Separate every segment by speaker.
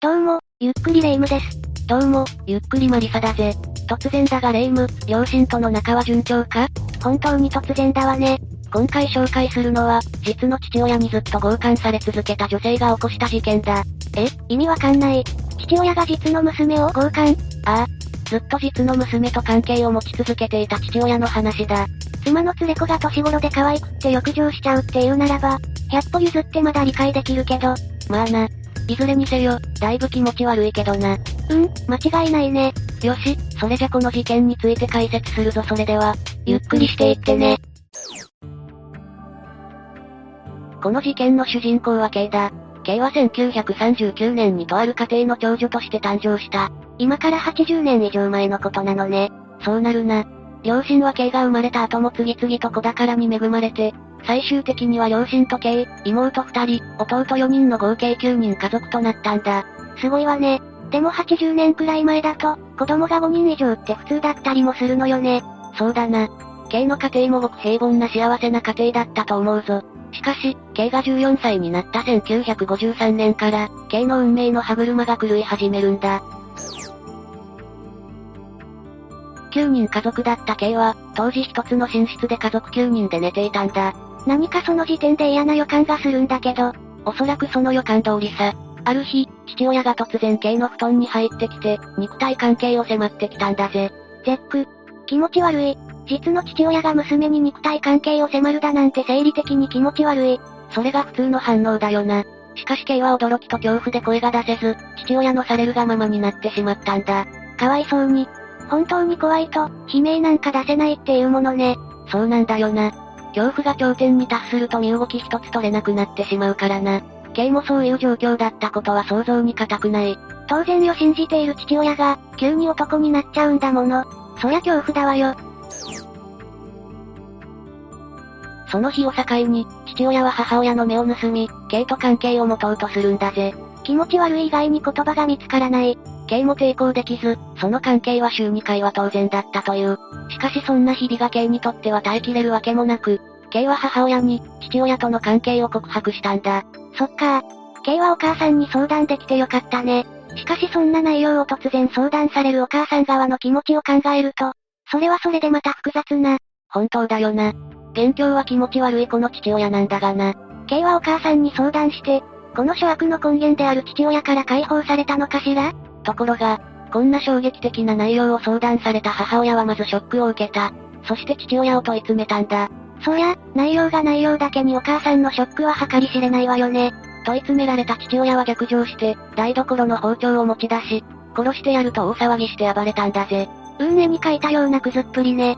Speaker 1: どうも、ゆっくりレ夢ムです。
Speaker 2: どうも、ゆっくりマリサだぜ。突然だがレイム、両親との仲は順調か
Speaker 1: 本当に突然だわね。
Speaker 2: 今回紹介するのは、実の父親にずっと強姦され続けた女性が起こした事件だ。
Speaker 1: え、意味わかんない。父親が実の娘を強姦
Speaker 2: ずっと実の娘と関係を持ち続けていた父親の話だ。
Speaker 1: 妻の連れ子が年頃で可愛くって欲情しちゃうっていうならば、百歩譲ってまだ理解できるけど、
Speaker 2: まあな。いずれにせよ、だいぶ気持ち悪いけどな。
Speaker 1: うん、間違いないね。
Speaker 2: よし、それじゃこの事件について解説するぞそれでは、ゆっくりしていってね。この事件の主人公は K だ。K は1939年にとある家庭の長女として誕生した。
Speaker 1: 今から80年以上前のことなのね。
Speaker 2: そうなるな。両親は K が生まれた後も次々と子宝に恵まれて、最終的には両親と K、妹2人、弟4人の合計9人家族となったんだ。
Speaker 1: すごいわね。でも80年くらい前だと、子供が5人以上って普通だったりもするのよね。
Speaker 2: そうだな。K の家庭もごく平凡な幸せな家庭だったと思うぞ。しかし、K が14歳になった1953年から、K の運命の歯車が狂い始めるんだ。9人家族だった K は、当時一つの寝室で家族9人で寝ていたんだ。
Speaker 1: 何かその時点で嫌な予感がするんだけど、
Speaker 2: おそらくその予感通りさ。ある日、父親が突然 K の布団に入ってきて、肉体関係を迫ってきたんだぜ。
Speaker 1: ゼック。気持ち悪い。実の父親が娘に肉体関係を迫るだなんて生理的に気持ち悪い。
Speaker 2: それが普通の反応だよな。しかし K は驚きと恐怖で声が出せず、父親のされるがままになってしまったんだ。
Speaker 1: かわいそうに。本当に怖いと、悲鳴なんか出せないっていうものね。
Speaker 2: そうなんだよな。恐怖が頂点に達すると身動き一つ取れなくなってしまうからな。K もそういう状況だったことは想像に難くない。
Speaker 1: 当然よ信じている父親が、急に男になっちゃうんだもの。そりゃ恐怖だわよ。
Speaker 2: その日を境に、父親は母親の目を盗み、K と関係を持とうとするんだぜ。
Speaker 1: 気持ち悪い以外に言葉が見つからない。
Speaker 2: K も抵抗できず、その関係は週2回は当然だったという。しかしそんな日々が K にとっては耐えきれるわけもなく、K は母親に、父親との関係を告白したんだ。
Speaker 1: そっか。K はお母さんに相談できてよかったね。しかしそんな内容を突然相談されるお母さん側の気持ちを考えると、それはそれでまた複雑な。
Speaker 2: 本当だよな。元凶は気持ち悪いこの父親なんだがな。
Speaker 1: K はお母さんに相談して、この諸悪の根源である父親から解放されたのかしら
Speaker 2: ところが、こんな衝撃的な内容を相談された母親はまずショックを受けた。そして父親を問い詰めたんだ。
Speaker 1: そりゃ、内容が内容だけにお母さんのショックは計り知れないわよね。
Speaker 2: 問い詰められた父親は逆上して、台所の包丁を持ち出し、殺してやると大騒ぎして暴れたんだぜ。
Speaker 1: 運絵に書いたようなクズっぷりね。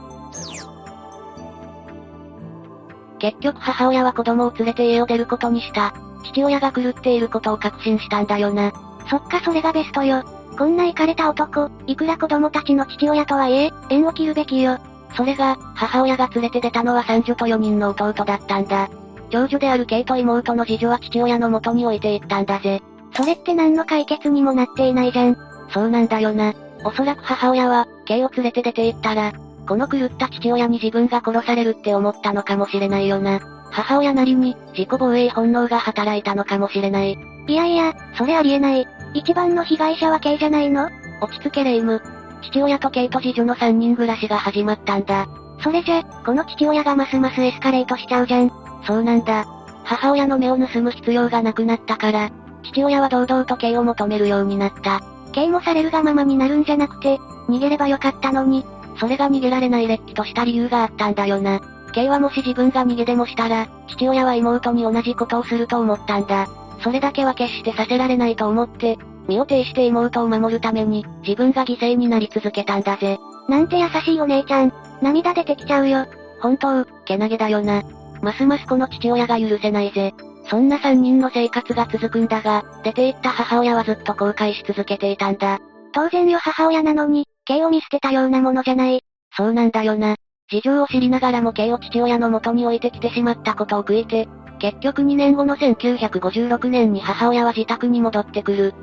Speaker 2: 結局母親は子供を連れて家を出ることにした。父親が狂っていることを確信したんだよな。
Speaker 1: そっかそれがベストよ。こんなイカれた男、いくら子供たちの父親とはいえ、縁を切るべきよ。
Speaker 2: それが、母親が連れて出たのは三女と4人の弟だったんだ。長女である K と妹の次女は父親の元に置いていったんだぜ。
Speaker 1: それって何の解決にもなっていないじゃん。
Speaker 2: そうなんだよな。おそらく母親は、K を連れて出て行ったら、この狂った父親に自分が殺されるって思ったのかもしれないよな。母親なりに、自己防衛本能が働いたのかもしれない。
Speaker 1: いやいや、それありえない。一番の被害者は K じゃないの
Speaker 2: 落ち着けレイム。父親とケイと次女の3人暮らしが始まったんだ。
Speaker 1: それじゃ、この父親がますますエスカレートしちゃうじゃん。
Speaker 2: そうなんだ。母親の目を盗む必要がなくなったから、父親は堂々とケイを求めるようになった。
Speaker 1: K もされるがままになるんじゃなくて、逃げればよかったのに、
Speaker 2: それが逃げられない劣気とした理由があったんだよな。ケイはもし自分が逃げでもしたら、父親は妹に同じことをすると思ったんだ。それだけは決してさせられないと思って、身を挺して妹を守るために、自分が犠牲になり続けたんだぜ。
Speaker 1: なんて優しいお姉ちゃん。涙出てきちゃうよ。
Speaker 2: 本当、けなげだよな。ますますこの父親が許せないぜ。そんな三人の生活が続くんだが、出て行った母親はずっと後悔し続けていたんだ。
Speaker 1: 当然よ母親なのに、K を見捨てたようなものじゃない。
Speaker 2: そうなんだよな。事情を知りながらも K を父親の元に置いてきてしまったことを悔いて、結局2年後の1956年に母親は自宅に戻ってくる。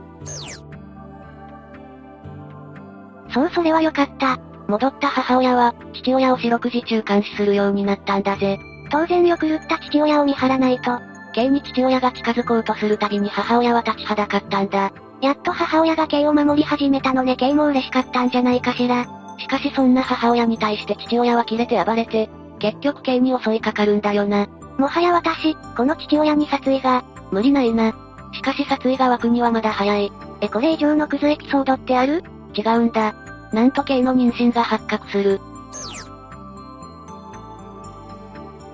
Speaker 1: そうそれはよかった。
Speaker 2: 戻った母親は、父親を四六時中監視するようになったんだぜ。
Speaker 1: 当然よ狂った父親を見張らないと。
Speaker 2: K に父親が近づこうとするたびに母親は立ちはだかったんだ。
Speaker 1: やっと母親が K を守り始めたのね K も嬉しかったんじゃないかしら。
Speaker 2: しかしそんな母親に対して父親はキレて暴れて、結局 K に襲いかかるんだよな。
Speaker 1: もはや私、この父親に殺意が、
Speaker 2: 無理ないな。しかし殺意が湧くにはまだ早い。
Speaker 1: え、これ以上のクズエピソードってある
Speaker 2: 違うんだ。なんと K の妊娠が発覚する。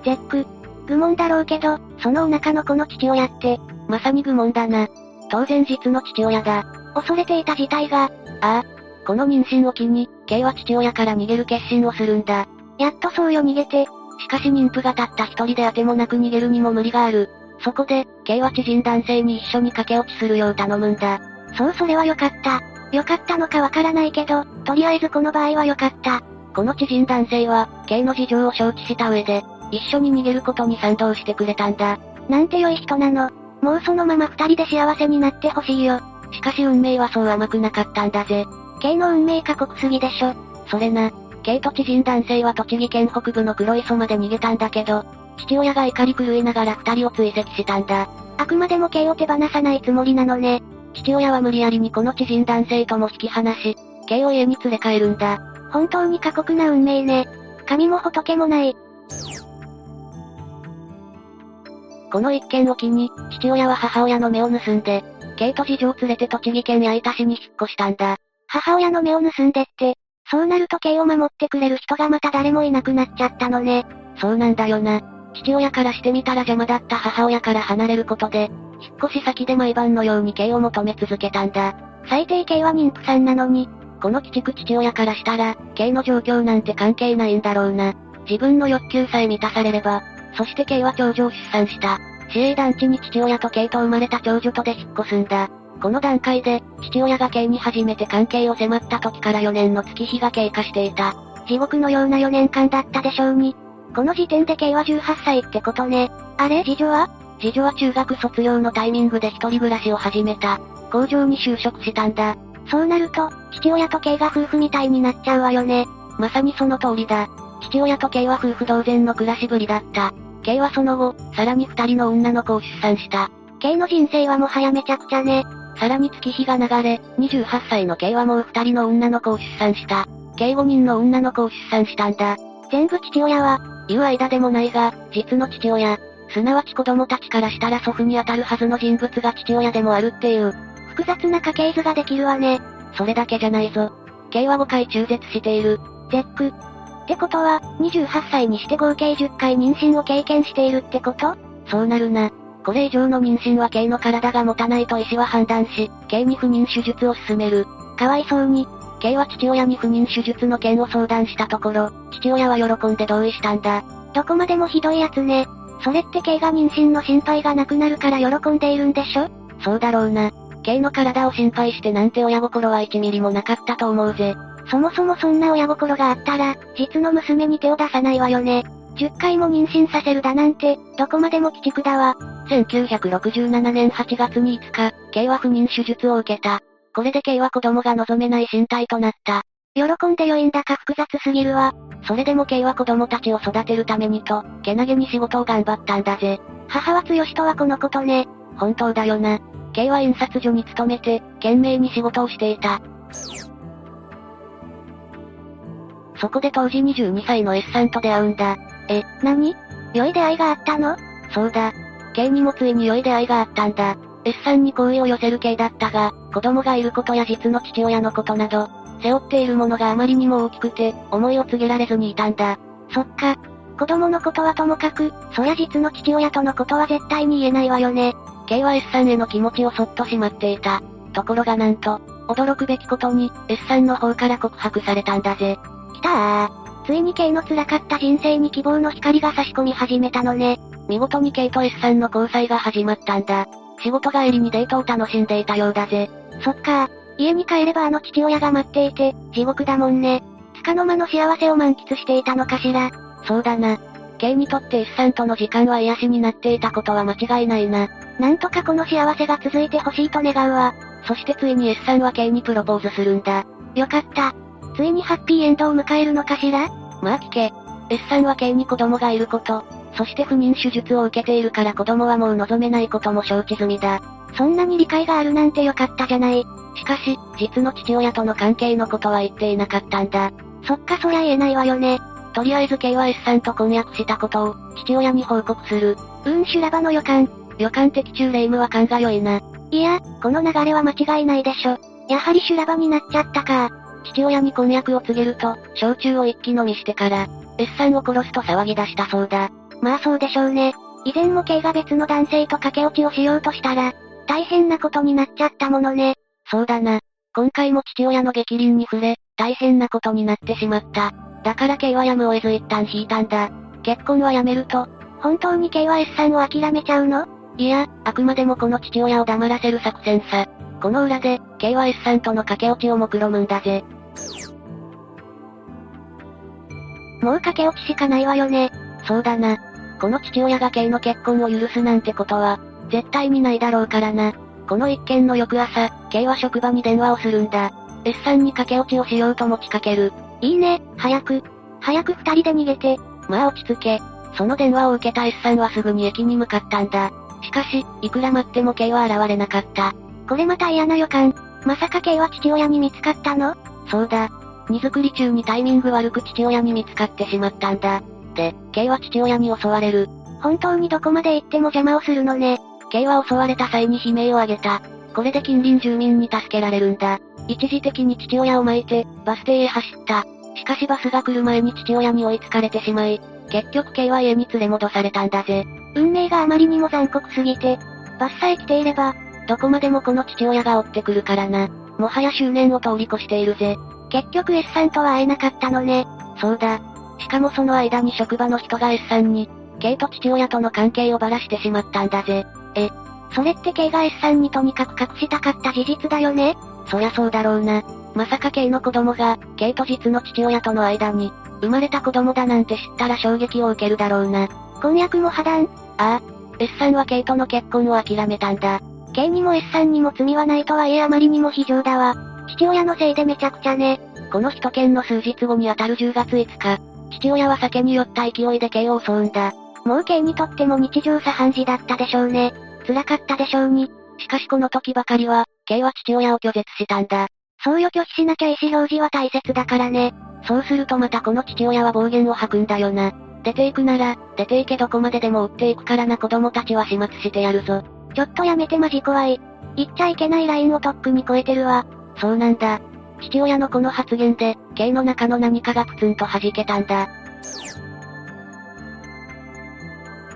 Speaker 1: ゼック。愚問だろうけど、そのお腹の子の父親って、
Speaker 2: まさに愚問だな。当然実の父親だ。
Speaker 1: 恐れていた事態が、
Speaker 2: ああ。この妊娠を機に、K は父親から逃げる決心をするんだ。
Speaker 1: やっとそうよ逃げて。
Speaker 2: しかし妊婦がたった一人で当てもなく逃げるにも無理がある。そこで、K は知人男性に一緒に駆け落ちするよう頼むんだ。
Speaker 1: そうそれは良かった。良かったのかわからないけど、とりあえずこの場合は良かった。
Speaker 2: この知人男性は、K の事情を承知した上で、一緒に逃げることに賛同してくれたんだ。
Speaker 1: なんて良い人なの。もうそのまま二人で幸せになってほしいよ。
Speaker 2: しかし運命はそう甘くなかったんだぜ。
Speaker 1: K の運命過酷すぎでしょ。
Speaker 2: それな。K と知人男性は栃木県北部の黒磯まで逃げたんだけど、父親が怒り狂いながら二人を追跡したんだ。
Speaker 1: あくまでも K を手放さないつもりなのね。
Speaker 2: 父親は無理やりにこの知人男性とも引き離し、K を家に連れ帰るんだ。
Speaker 1: 本当に過酷な運命ね。神も仏もない。
Speaker 2: この一件を機に、父親は母親の目を盗んで、K と事情を連れて栃木県矢板市に引っ越したんだ。
Speaker 1: 母親の目を盗んでって、そうなると K を守ってくれる人がまた誰もいなくなっちゃったのね。
Speaker 2: そうなんだよな。父親からしてみたら邪魔だった母親から離れることで、引っ越し先で毎晩のように K を求め続けたんだ。
Speaker 1: 最低 K は妊婦さんなのに、
Speaker 2: この鬼畜父親からしたら、K の状況なんて関係ないんだろうな。自分の欲求さえ満たされれば、そして K は長女を出産した。市営団地に父親と K と生まれた長女とで引っ越すんだ。この段階で、父親が K に初めて関係を迫った時から4年の月日が経過していた。
Speaker 1: 地獄のような4年間だったでしょうに。この時点で K は18歳ってことね。あれ次女は
Speaker 2: 次女は中学卒業のタイミングで一人暮らしを始めた。工場に就職したんだ。
Speaker 1: そうなると、父親と K が夫婦みたいになっちゃうわよね。
Speaker 2: まさにその通りだ。父親と K は夫婦同然の暮らしぶりだった。K はその後、さらに二人の女の子を出産した。
Speaker 1: K の人生はもはやめちゃくちゃね。
Speaker 2: さらに月日が流れ、28歳の K はもう二人の女の子を出産した。K 5人の女の子を出産したんだ。
Speaker 1: 全部父親は、
Speaker 2: 言う間でもないが、実の父親、すなわち子供たちからしたら祖父に当たるはずの人物が父親でもあるっていう、
Speaker 1: 複雑な家系図ができるわね。
Speaker 2: それだけじゃないぞ。K は5回中絶している。
Speaker 1: ゼック。ってことは、28歳にして合計10回妊娠を経験しているってこと
Speaker 2: そうなるな。これ以上の妊娠は K の体が持たないと医師は判断し、K に不妊手術を勧める。
Speaker 1: かわいそうに、
Speaker 2: K は父親に不妊手術の件を相談したところ、父親は喜んで同意したんだ。
Speaker 1: どこまでもひどいやつね。それって K が妊娠の心配がなくなるから喜んでいるんでしょ
Speaker 2: そうだろうな。K の体を心配してなんて親心は1ミリもなかったと思うぜ。
Speaker 1: そもそもそんな親心があったら、実の娘に手を出さないわよね。10回も妊娠させるだなんて、どこまでも鬼畜だわ。
Speaker 2: 1967年8月に5日、K は不妊手術を受けた。これで K は子供が望めない身体となった。
Speaker 1: 喜んで良いんだか複雑すぎるわ。
Speaker 2: それでも K は子供たちを育てるためにと、けなげに仕事を頑張ったんだぜ。
Speaker 1: 母は強しとはこのことね。
Speaker 2: 本当だよな。K は印刷所に勤めて、懸命に仕事をしていた。そこで当時22歳の S さんと出会うんだ。
Speaker 1: え、何良い出会いがあったの
Speaker 2: そうだ。K にもついに良い出会いがあったんだ。S さんに好意を寄せる K だったが、子供がいることや実の父親のことなど、背負っているものがあまりにも大きくて、思いを告げられずにいたんだ。
Speaker 1: そっか。子供のことはともかく、そりゃ実の父親とのことは絶対に言えないわよね。
Speaker 2: K は S さんへの気持ちをそっとしまっていた。ところがなんと、驚くべきことに、S さんの方から告白されたんだぜ。
Speaker 1: きたー。ついに K の辛かった人生に希望の光が差し込み始めたのね。
Speaker 2: 見事に K と S さんの交際が始まったんだ。仕事帰りにデートを楽しんでいたようだぜ。
Speaker 1: そっか家に帰ればあの父親が待っていて、地獄だもんね。束の間の幸せを満喫していたのかしら。
Speaker 2: そうだな。K にとって S さんとの時間は癒しになっていたことは間違いないな。
Speaker 1: なんとかこの幸せが続いてほしいと願うわ。
Speaker 2: そしてついに S さんは K にプロポーズするんだ。
Speaker 1: よかった。ついにハッピーエンドを迎えるのかしら
Speaker 2: まあ聞け。S さんは K に子供がいること、そして不妊手術を受けているから子供はもう望めないことも承知済みだ。
Speaker 1: そんなに理解があるなんてよかったじゃない。
Speaker 2: しかし、実の父親との関係のことは言っていなかったんだ。
Speaker 1: そっかそりゃ言えないわよね。
Speaker 2: とりあえず K は S さんと婚約したことを、父親に報告する。
Speaker 1: うん修羅場の予感。
Speaker 2: 予感的中霊夢は勘が良いな。
Speaker 1: いや、この流れは間違いないでしょ。やはり修羅場になっちゃったか。
Speaker 2: 父親に婚約を告げると、焼酎を一気飲みしてから、S さんを殺すと騒ぎ出したそうだ。
Speaker 1: まあそうでしょうね。以前も K が別の男性と駆け落ちをしようとしたら、大変なことになっちゃったものね。
Speaker 2: そうだな。今回も父親の激凛に触れ、大変なことになってしまった。だから K はやむを得ず一旦引いたんだ。結婚はやめると、
Speaker 1: 本当に K は S さんを諦めちゃうの
Speaker 2: いや、あくまでもこの父親を黙らせる作戦さ。この裏で、K は S さんとの駆け落ちを目論むんだぜ。
Speaker 1: もう駆け落ちしかないわよね。
Speaker 2: そうだな。この父親が K の結婚を許すなんてことは、絶対にないだろうからな。この一件の翌朝、K は職場に電話をするんだ。S さんに駆け落ちをしようと持ちかける。
Speaker 1: いいね、早く。早く二人で逃げて。
Speaker 2: まあ落ち着け。その電話を受けた S さんはすぐに駅に向かったんだ。しかし、いくら待っても K は現れなかった。
Speaker 1: これまた嫌な予感。まさか K は父親に見つかったの
Speaker 2: そうだ。荷造り中にタイミング悪く父親に見つかってしまったんだ。で、K は父親に襲われる。
Speaker 1: 本当にどこまで行っても邪魔をするのね。
Speaker 2: K は襲われた際に悲鳴を上げた。これで近隣住民に助けられるんだ。一時的に父親を巻いて、バス停へ走った。しかしバスが来る前に父親に追いつかれてしまい、結局 K は家に連れ戻されたんだぜ。
Speaker 1: 運命があまりにも残酷すぎて、バスさえ来ていれば、
Speaker 2: どこまでもこの父親が追ってくるからな。もはや執念を通り越しているぜ。
Speaker 1: 結局 S さんとは会えなかったのね。
Speaker 2: そうだ。しかもその間に職場の人が S さんに、K と父親との関係をばらしてしまったんだぜ。
Speaker 1: え、それって K が S さんにとにかく隠したかった事実だよね
Speaker 2: そりゃそうだろうな。まさか K の子供が、K と実の父親との間に、生まれた子供だなんて知ったら衝撃を受けるだろうな。
Speaker 1: 婚約も破談。
Speaker 2: ああ。S さんは K との結婚を諦めたんだ。
Speaker 1: K にも S さんにも罪はないとはいえあまりにも非常だわ。父親のせいでめちゃくちゃね。
Speaker 2: この一件の数日後にあたる10月5日、父親は酒に酔った勢いで K を襲うんだ。
Speaker 1: もう K にとっても日常茶飯事だったでしょうね。辛かったでしょうに。
Speaker 2: しかしこの時ばかりは、K は父親を拒絶したんだ。
Speaker 1: そうよ拒否しなきゃ意思表示は大切だからね。
Speaker 2: そうするとまたこの父親は暴言を吐くんだよな。出ていくなら、出ていけどこまででも追っていくからな子供たちは始末してやるぞ。
Speaker 1: ちょっとやめてマジ怖い。言っちゃいけないラインをとっくに超えてるわ。
Speaker 2: そうなんだ。父親のこの発言で、K の中の何かがプツンと弾けたんだ。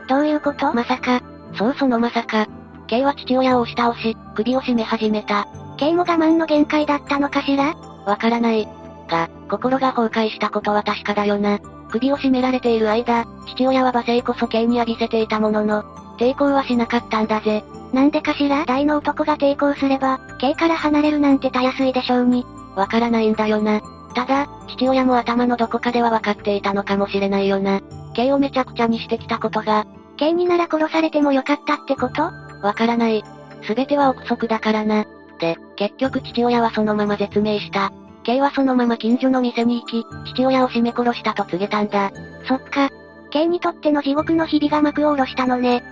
Speaker 1: どういうこと
Speaker 2: まさか、そうそのまさか。K は父親を押し倒し、首を絞め始めた。
Speaker 1: K も我慢の限界だったのかしら
Speaker 2: わからない。が、心が崩壊したことは確かだよな。首を絞められている間、父親は罵声こそ K に浴びせていたものの、抵抗はしなかったんだぜ。
Speaker 1: なんでかしら大の男が抵抗すれば、K から離れるなんてたやすいでしょうに。
Speaker 2: わからないんだよな。ただ、父親も頭のどこかではわかっていたのかもしれないよな。K をめちゃくちゃにしてきたことが、
Speaker 1: K になら殺されてもよかったってこと
Speaker 2: わからない。すべては憶測だからな。で、結局父親はそのまま絶命した。K はそのまま近所の店に行き、父親を絞め殺したと告げたんだ。
Speaker 1: そっか。K にとっての地獄の日々が幕を下ろしたのね。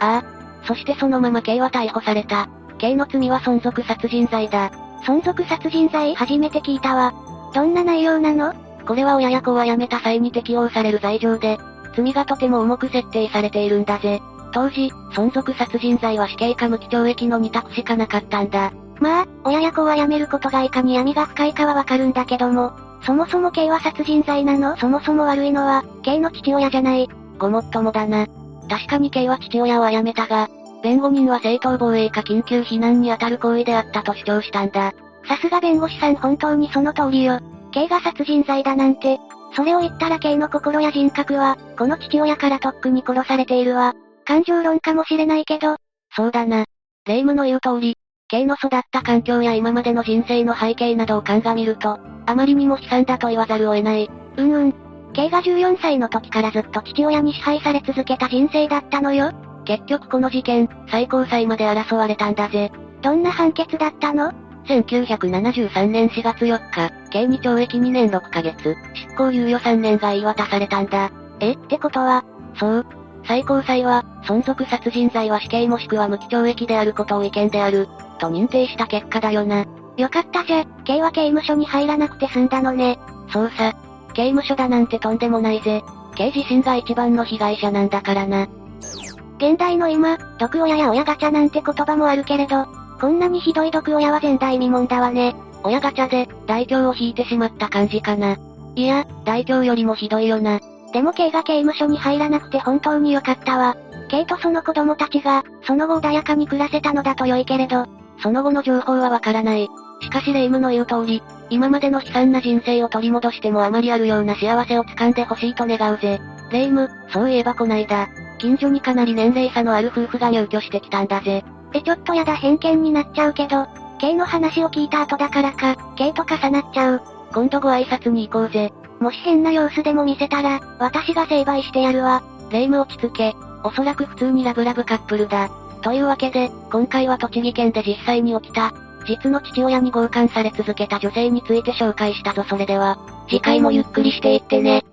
Speaker 2: ああ。そしてそのまま K は逮捕された。K の罪は存続殺人罪だ。
Speaker 1: 存続殺人罪初めて聞いたわ。どんな内容なの
Speaker 2: これは親や子は辞めた際に適用される罪状で、罪がとても重く設定されているんだぜ。当時、存続殺人罪は死刑か無期懲役の2択しかなかったんだ。
Speaker 1: まあ、親や子は辞めることがいかに闇が深いかはわかるんだけども、そもそも K は殺人罪なのそもそも悪いのは、K の父親じゃない。
Speaker 2: ごもっともだな。確かに K は父親を殺めたが、弁護人は正当防衛か緊急避難に当たる行為であったと主張したんだ。
Speaker 1: さすが弁護士さん本当にその通りよ。K が殺人罪だなんて、それを言ったら K の心や人格は、この父親からとっくに殺されているわ。感情論かもしれないけど。
Speaker 2: そうだな。霊夢の言う通り、K の育った環境や今までの人生の背景などを鑑みると、あまりにも悲惨だと言わざるを得ない。
Speaker 1: うんうん。K が14歳の時からずっと父親に支配され続けた人生だったのよ。
Speaker 2: 結局この事件、最高裁まで争われたんだぜ。
Speaker 1: どんな判決だったの
Speaker 2: ?1973 年4月4日、K に懲役2年6ヶ月、執行猶予3年が言い渡されたんだ。
Speaker 1: えってことは
Speaker 2: そう。最高裁は、存続殺人罪は死刑もしくは無期懲役であることを違憲である、と認定した結果だよな。
Speaker 1: よかったぜ、刑は刑務所に入らなくて済んだのね。
Speaker 2: そうさ。刑務所だなんてとんでもないぜ。刑自身が一番の被害者なんだからな。
Speaker 1: 現代の今、毒親や親ガチャなんて言葉もあるけれど、こんなにひどい毒親は前代未聞だわね。
Speaker 2: 親ガチャで、大凶を引いてしまった感じかな。いや、大凶よりもひどいよな。
Speaker 1: でも刑が刑務所に入らなくて本当に良かったわ。刑とその子供たちが、その後穏やかに暮らせたのだと良いけれど、
Speaker 2: その後の情報はわからない。しかし霊夢の言う通り、今までの悲惨な人生を取り戻してもあまりあるような幸せを掴んでほしいと願うぜ。霊夢、そういえばこないだ、近所にかなり年齢差のある夫婦が入居してきたんだぜ。
Speaker 1: えちょっとやだ偏見になっちゃうけど、刑の話を聞いた後だからか、刑と重なっちゃう。
Speaker 2: 今度ご挨拶に行こうぜ。
Speaker 1: もし変な様子でも見せたら、私が成敗してやるわ。
Speaker 2: 霊夢落ち着け。おそらく普通にラブラブカップルだ。というわけで、今回は栃木県で実際に起きた、実の父親に強姦され続けた女性について紹介したぞそれでは、
Speaker 1: 次回もゆっくりしていってね。